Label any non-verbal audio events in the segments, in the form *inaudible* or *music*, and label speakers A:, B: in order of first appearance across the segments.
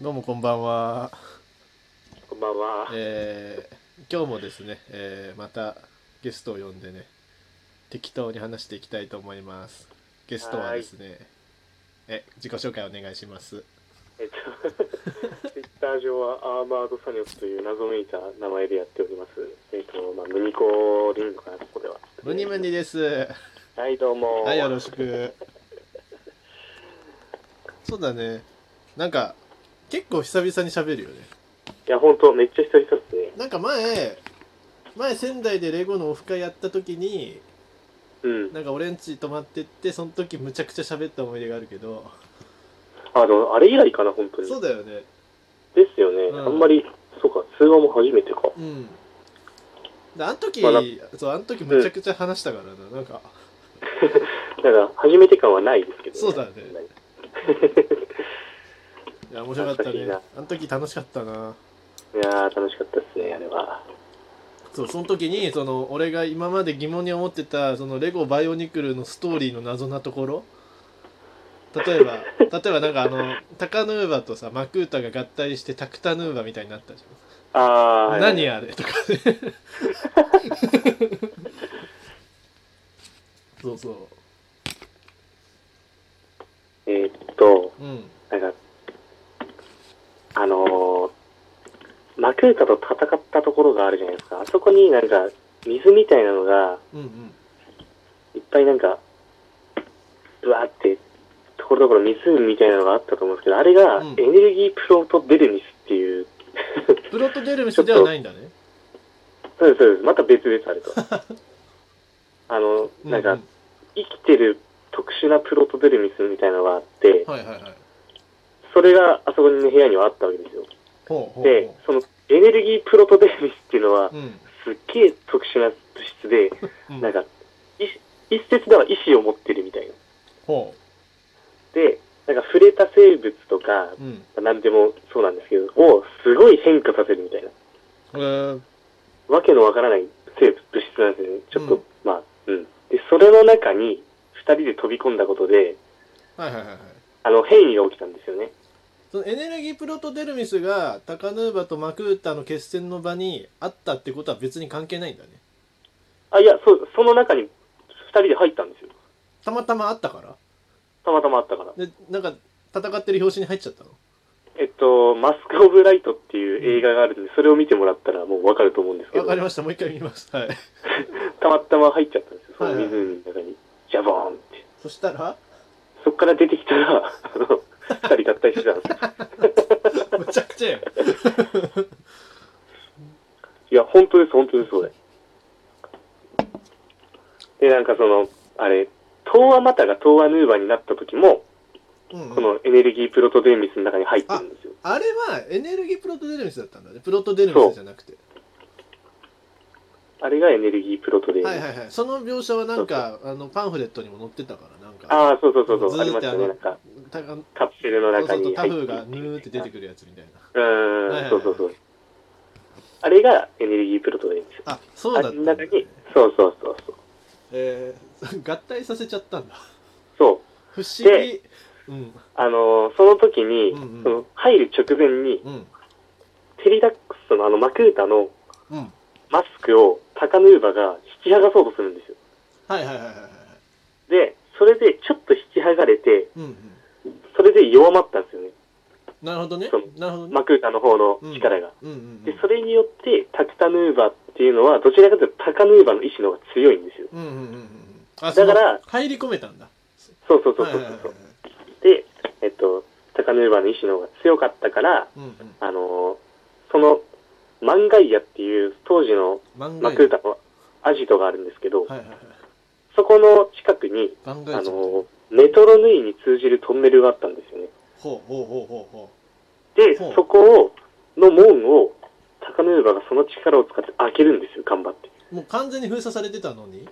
A: どうもこんばんは。
B: こんばんは。
A: えー今日もですね、えーまたゲストを呼んでね、適当に話していきたいと思います。ゲストはですね、え、自己紹介お願いします。
B: えっと、 *laughs* ツイッター上はアーバードサニョスという謎めいた名前でやっております。えっと、まあ、ムニコリングかな、ここでは。
A: ムニムニです。
B: はい、どうも。
A: はい、よろしく。そうだね。なんか、結構久々に喋るよね。
B: いや、ほんと、めっちゃ久々っすね。
A: なんか前、前仙台でレゴのオフ会やった時に、
B: うん。
A: なんか俺ん家泊まってって、その時むちゃくちゃ喋った思い出があるけど、
B: あ、でも、あれ以来かな、本当に
A: そ。うだよね。
B: ですよね。
A: うん
B: あんまり、そうか、通話も初めてか。
A: うん。であん時、
B: まあな
A: そう、あん時むちゃくちゃ話したからな、なんか、
B: なんか、初めて感はないですけど、
A: そうだね
B: そんなに
A: いや、面白かった
B: 懐かしい
A: ね
B: な。
A: あん時楽しかったな。
B: いやー、楽しかったっすね、あれは。
A: そう、その時に、その、俺が今まで疑問に思ってた、その、レゴバイオニクルのストーリーの謎なところ。例え
B: *laughs*
A: ば、例えばなんかあの、タカヌーバとさ、マクータが合体してタクタヌーバみたいになったじゃ
B: あ
A: ん。
B: ー、
A: 何
B: や。
A: あれ
B: *laughs*
A: とかね。そうそ
B: えっと、
A: う。うん。
B: なんか、あのー、マクータと戦ったところがあるじゃないですか。あそこになんか、水みたいなのが、
A: うんうん。
B: いっぱいなんか、ぶわーって、ところどころ湖みたいなのがあったと思うんですけど、あれが
A: うん
B: エネルギープロトデルミスっていう、
A: プロトデルミスではないんだね。
B: そうです、そうです。また別です、あれと。あの、
A: う
B: なん
A: う
B: か、生きてる特殊なプロトデルミスみたいなのがあって、
A: はいはいはい。
B: それがあそこの部屋にはあったわけですよ。
A: ほうほうほう。
B: で、そのエネルギープロトデルミスっていうのは、
A: うん。
B: すっげえ特殊な物質で、
A: うん
B: なんか、い一説では意志を持ってるみたいな。
A: ほ
B: で、なんか触れた生物とか、
A: う。うん。
B: なんでもそうなんですけど、をすごい変化させるみたいな。
A: えー、
B: わけのわからない生物、物質なんですよね。ちょっと、
A: うん
B: まあ、うん。で、それの中に、二人で飛び込んだことで、
A: はいはいはいはい。
B: あの、変異が起きたんですよね。
A: そのエネルギープロトデルミスがタカヌーバとマクータの決戦の場にあったってことは別に関係ないんだね。
B: あ、いや、そ、その中に二人で入ったんですよ。
A: たまたまあったから。
B: たまたまあったから。
A: で、なんか戦ってる表紙に入っちゃったの。
B: えっと、マスク・オブ・ライトっていう映画があるんで、それを見てもらったらもうわかると思うんですけど。
A: わかりました。もう一回見ます。はい。
B: たまたま入っちゃったんですよ、そ
A: は
B: の
A: いはい
B: 湖の中に。ジャボーンって。
A: そしたら、
B: そっから出てき
A: *laughs*
B: たら、あの、二人合体してたんですよ。
A: むちゃくちゃやん。
B: いや、本当です、本当です、それ。で、なんかその、あれ、東亜マタが東亜ヌーバになった時も、
A: うん、
B: このエネルギープロトデンミスの中に入ってるんですよ。
A: あれはエネルギープロトデルミスだったんだね。プロトデルミスじゃなくて。
B: あれがエネルギープロトデンミス。
A: はいはいはい。その描写はなんか、あの、パンフレットにも載ってたから、なんか、
B: ああ、そうそうそうそう、
A: ずー
B: あり
A: っ
B: ま
A: て
B: したね、なんか、
A: タカ
B: カプセルの
A: そうそ
B: 中
A: うそう
B: に
A: タ
B: 入
A: フ
B: っ
A: ー
B: て
A: がヌーって出てくるやつみたいなはい
B: う
A: はいは
B: ー
A: い
B: ん、そうそうそう。あれがエネルギープロトデンミス。
A: あそうだっ
B: あれ
A: た
B: の
A: んだ、
B: 中
A: ね
B: に、そうそうそうそう。
A: えー、合 *laughs* 体させちゃったんだ
B: そう。
A: 不思議
B: で
A: うん
B: あのーその時に、
A: うんうん
B: その入る直前に、
A: うん
B: テリダックスのあのマクータの
A: うん
B: マスクをタカヌーバが引き剥がそうとするんですよ。
A: はいはいはいはいはい
B: で、それでちょっと引き剥がれて、
A: うんうん
B: それで弱まったんですよね。
A: なるほどね
B: そう
A: なるほどね、
B: マクータの方の力が。
A: うんうん
B: で、それによってタクタヌーバっていうのは、どちらかというとタカヌーバの意志の方が強いんですよ。
A: うんうんうんうんうんあ
B: だか
A: そ
B: ら
A: の入り込めたんだ
B: そうそうそう
A: はい
B: そ
A: は
B: う
A: い
B: そ
A: はい、は
B: う
A: い
B: で、えっと、タカヌーバの意志の方が強かったから、
A: うんうん
B: あのーその、マンガイアっていう当時の
A: 漫画
B: マクータのアジトがあるんですけど、
A: はいはいはい
B: そこの近くに、
A: 漫画
B: あ
A: 一
B: の、メトロヌイに通じるトンネルがあったんですよね。
A: ほうほうほうほうほ
B: で
A: ほう、
B: そこを、の門を、タカヌーバがその力を使って開けるんですよ、頑張って。
A: うもう完全に封鎖されてたのに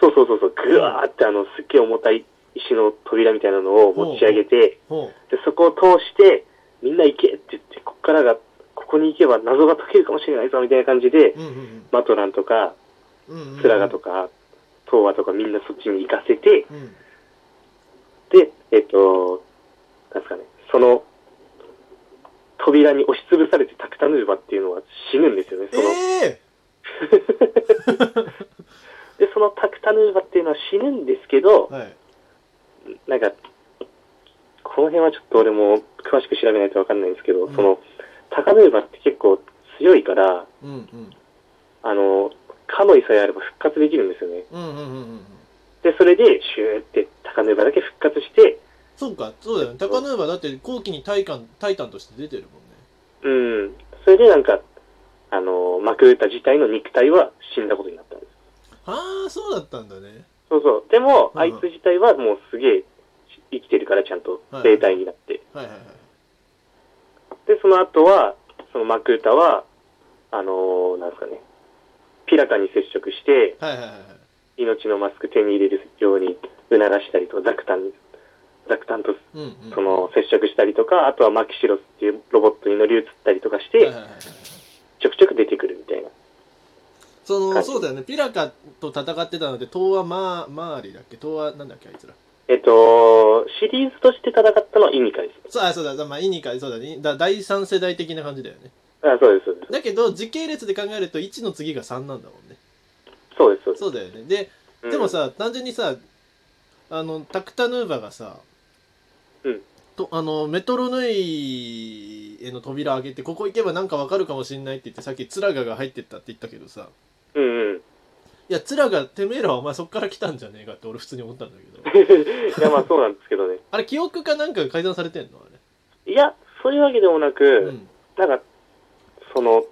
B: そうそうそうそう、ぐわーってあの、すっげえ重たい石の扉みたいなのを持ち上げて、
A: ほう
B: で、そこを通して、みんな行けって言って、こっからが、ここに行けば謎が解けるかもしれないぞ、みたいな感じで、
A: うんうん
B: マトランとか、
A: うんうんうん
B: スラガとか、トーワとかみんなそっちに行かせて、
A: うん
B: で、えっと、なんですかね、その、扉に押しつぶされてタクタヌーバっていうのは死ぬんですよね。その、
A: ええ
B: で、そのタクタヌーバっていうのは死ぬんですけど、
A: はい
B: なんか、この辺はちょっと俺も詳しく調べないとわかんないんですけど、
A: うん
B: その、タカヌーバって結構強いから、
A: うんうん
B: あの、カノイさえあれば復活できるんですよね。
A: うんうんうんうん
B: で、それで、シューってタカヌーバだけ復活して、
A: そうかそうだよね高ヌーバだって後期にタイカンタイタンとして出てるもんね
B: うん、それでなんか、あの、マクータ自体の肉体は死んだことになったんです。
A: ああそうだったんだね
B: そうそう。でも、
A: うんうん
B: あいつ自体はもうすげえ生きてるからちゃんと
A: はい
B: 霊体になって。
A: はいはいはい
B: で、その後は、そのマクータは、あのーなんですかね、ピラカに接触して、
A: はいはいはいはい
B: 命のマスク手に入れるように促したりと、ザクタン、ザクタンと
A: うんうん
B: その接触したりとか、あとはマキシロスっていうロボットに乗り移ったりとかし
A: はいはい
B: て、
A: はいはい
B: ちょくちょく出てくるみたいな。
A: その
B: はい
A: そうだよねピラカと戦ってたので東亜マーマーリだっけ東亜なんだっけあいつら
B: えっと、シリーズとして戦ったのはイニカです。
A: そうあそうだまあイニカそうだねだ第三世代的な感じだよね
B: あそうです、そうです。
A: だけど時系列で考えると1の次が3なんだもんね
B: そうです、そうです。
A: そうだよねで
B: うん
A: でも、さ、単純にさあのタクタヌーバがさ、
B: うん
A: とあのメトロヌイへの扉開けてここ行けばなんかわかるかもしんないって言ってさっきツラガが入ってったって言ったけどさ
B: うんうん。
A: いやツラガてめえらはお前そっから来たんじゃねえかって俺普通に思ったんだけど
B: いや、まあそうなんですけどね。
A: あれ記憶かなんかが改ざんされてんのあ
B: いや、そういうわけでもな
A: れ、
B: く、
A: うん、
B: なんか、その、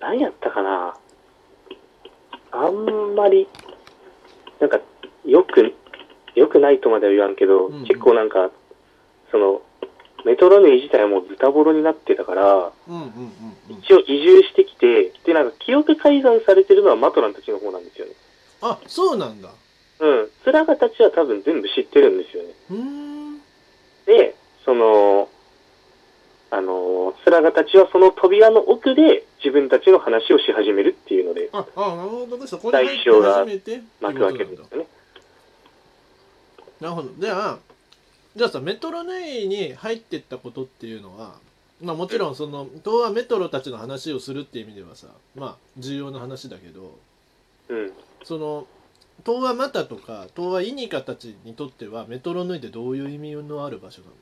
B: 何やったかな。あんまり、なんか、よく、よくないとまでは言わんけど、
A: うんうん
B: 結構なんか、その、メトロヌイ自体はもうズタボロになってたから、
A: うんうんうんうん
B: 一応移住してきて、で、なんか記憶改ざんされてるのはマトランたちの方なんですよね。
A: あそうなんだ
B: うん。スラガたちは多分全部知ってるんですよね。
A: うーん
B: で、その、あの、スラガたちはその扉の奥で自分たちの話をし始めるっていうので、
A: ああなるほどねそこに入って
B: 代表が
A: 初めてってことな
B: 幕
A: ん
B: 開けるん
A: だ
B: ですよね。
A: なるほどじゃあじゃあさメトロネイに入ってったことっていうのはまあもちろんその東亜メトロたちの話をするっていう意味ではさまあ重要な話だけど
B: うん。
A: その東亜マタとか東亜イニカたちにとってはメトロネイってどういう意味のある場所なの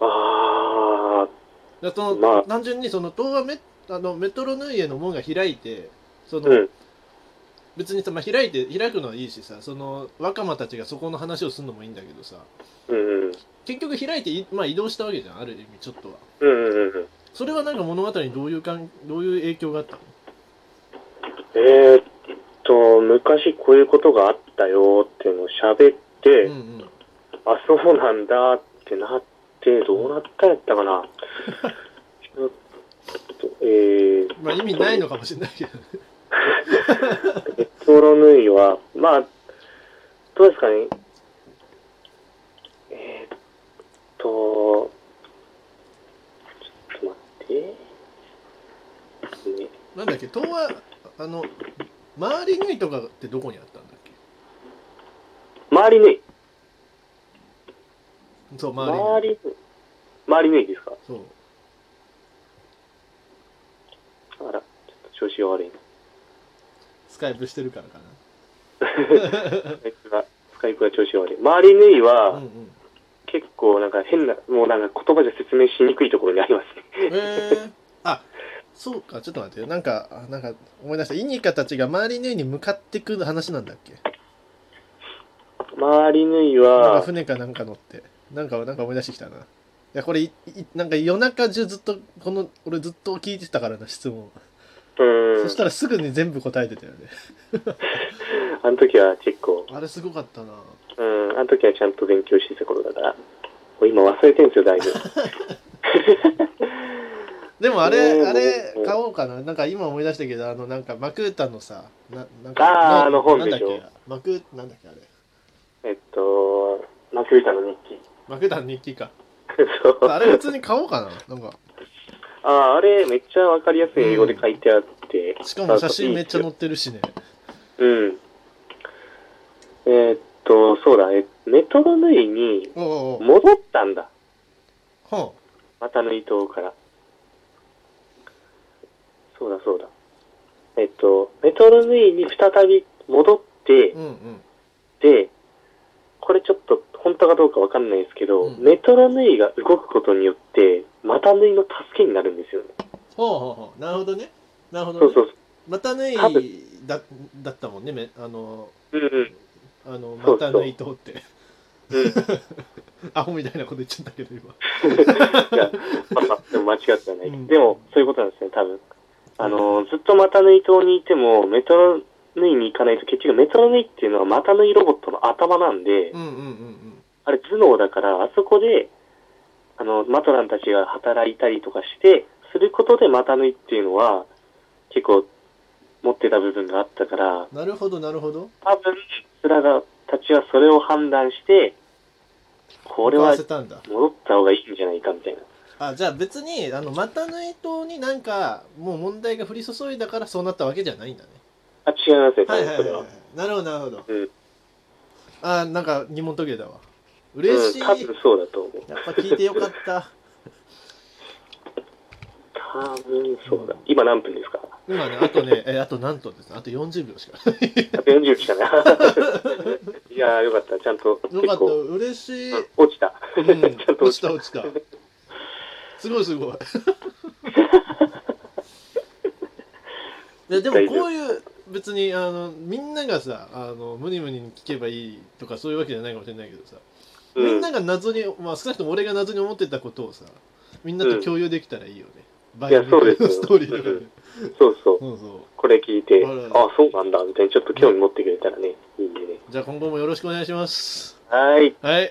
B: あ
A: だからその、
B: まあ
A: 単純にその東亜メあのメトロヌイエの門が開いてそ
B: ー
A: の、
B: うん。
A: 別にさ、まあ、開いて開くのはいいしさその若間たちがそこの話をするのもいいんだけどさ
B: うんうん。
A: 結局開いてい、まあ、移動したわけじゃんある意味ちょっとは
B: うんうんうんうん。
A: それはなんか物語にどういうかんどういう影響があったの
B: えーっと、昔こういうことがあったよっていうのを喋って、
A: うんうん
B: あ、そうなんだってなって、どうなったやった
A: *laughs*
B: かな。ちょっとえー、
A: まあ意味ないのかもしれないけどね *laughs*
B: ソロ縫いは、 *laughs* まあ、どうですかね。えーっと、ちょっと待って。ね
A: なんだっけ東亜あの周り縫いとかってどこにあったんだっけ
B: 周り縫い。
A: そう周り縫
B: 周
A: い
B: り縫い。周り縫いですか
A: そう
B: あら、ちょっと調子が悪いな。
A: スカイプしてるからか
B: スカイプが、スカイプが調子が悪い。周り縫い
A: なう
B: は
A: ん、うん
B: 結構なんか変な、もうなんか言葉じゃ説明しにくいところにありますね。
A: えー、あそうかちょっと待ってよなんかあなんか思い出したイニカたちが周りの家に向かってくる話なんだっけ
B: 周り縫い
A: なんか
B: は、
A: 船かなんか乗ってなんかなんか思い出してきたないやこれいいなんか夜中中ずっとこの俺ずっと聞いてたからな質問、
B: うん
A: そし。たらすぐに全部答えてたよね
B: あの時は結構、
A: あれすごかったな
B: うん、あの時はちゃんと勉強してた頃だから。もう今忘れてんすよ、だいぶ。
A: *laughs* でもあれ、
B: うん
A: あれ買おうかななんか今思い出したけどあのなんかマクータのさななんか
B: あー
A: な
B: あの本でしょ
A: なんだっけマクーなんだっけあれ
B: えっと、マクビタの日記。 *laughs*
A: マクータの日記か
B: そう
A: あれ普通に買おうかななんか
B: ああ、あれ、めっちゃわかりやすい英語で書いてあって。
A: しかも写真めっちゃ載ってるしね。
B: うん。えっと、そうだ、えメトロヌイに
A: おうおう
B: 戻ったんだ。
A: ほ
B: 股の糸から。そうだそうだ。えっと、メトロ Z に再び戻って
A: う、んうん
B: で、これちょっと本当かどうかわかんないですけど、
A: うん
B: メトロヌイが動くことによって、股縫いの助けになるんですよね。
A: ほうほうほうなるほどねなるほど、ね、
B: そうそう
A: また縫い
B: 多
A: だだったもんねめあの
B: そう。う
A: *laughs*
B: んうん。
A: あの
B: そ
A: ま
B: うそ
A: た
B: う
A: 縫い通って *laughs*
B: うん、い
A: アホみたいなこと言っちゃったけど今
B: や、まあまあ、でも間違ってはない。
A: うん
B: でも、そういうことなんですね、多分。あの、ずっと股縫い島にいても、メトロ縫いに行かないと、結局メトロ縫いっていうのは股縫いロボットの頭なんで、
A: うんうんうんうん
B: あれ頭脳だから、あそこで、あの、マトランたちが働いたりとかして、することで股抜いっていうのは、結構、持ってた部分があったから、
A: なるほどなるほど
B: 多分、スラがたちはそれを判断して、これ
A: 合わ
B: は
A: せたんだ
B: 戻った方がいいんじゃないかみたいな。
A: あじゃあ別にあのまた縫い通になんかもう問題が降り注いだからそうなったわけじゃないんだね
B: あ、違いますよ、多
A: はい
B: 分
A: はい
B: そ
A: はい
B: れは。
A: はいなるほどなるほど
B: うん。
A: あなんか疑問解けたわ
B: う
A: 嬉し
B: ん、
A: い、
B: 多分そうだと思う。
A: やっぱ聞いてよかった
B: 多分そうだ。今何分ですか
A: 今ねあとねえあとなんとですねあと40秒しか
B: *laughs* あと40し
A: *laughs*
B: かない。いやー、よかった。ちゃんと、
A: よ
B: 結
A: かった
B: 構、
A: 嬉しい、
B: うん落ちた。
A: うん、
B: *laughs* ちゃん
A: 落
B: と落
A: ち
B: ちた
A: た。落ちたすごいす
B: *laughs*
A: ごいいやでもこういう別にあのみんながさあのムニムニに聞けばいいとかそういうわけじゃないかもしれないけどさ、
B: う
A: みんなが謎に、まあ、少なくとも俺が謎に思ってたことをさみんなと共有できたらいいよね、バ
B: いやそうですよ
A: ストーリーとかで、
B: うんそうそう。
A: そうそ
B: これ聞いて、
A: あらら
B: あ、そうなんだ、みたいにちょっと興味持ってくれたらね、いいんでね。
A: うじゃあ今後もよろしくお願いします
B: はーい。
A: はい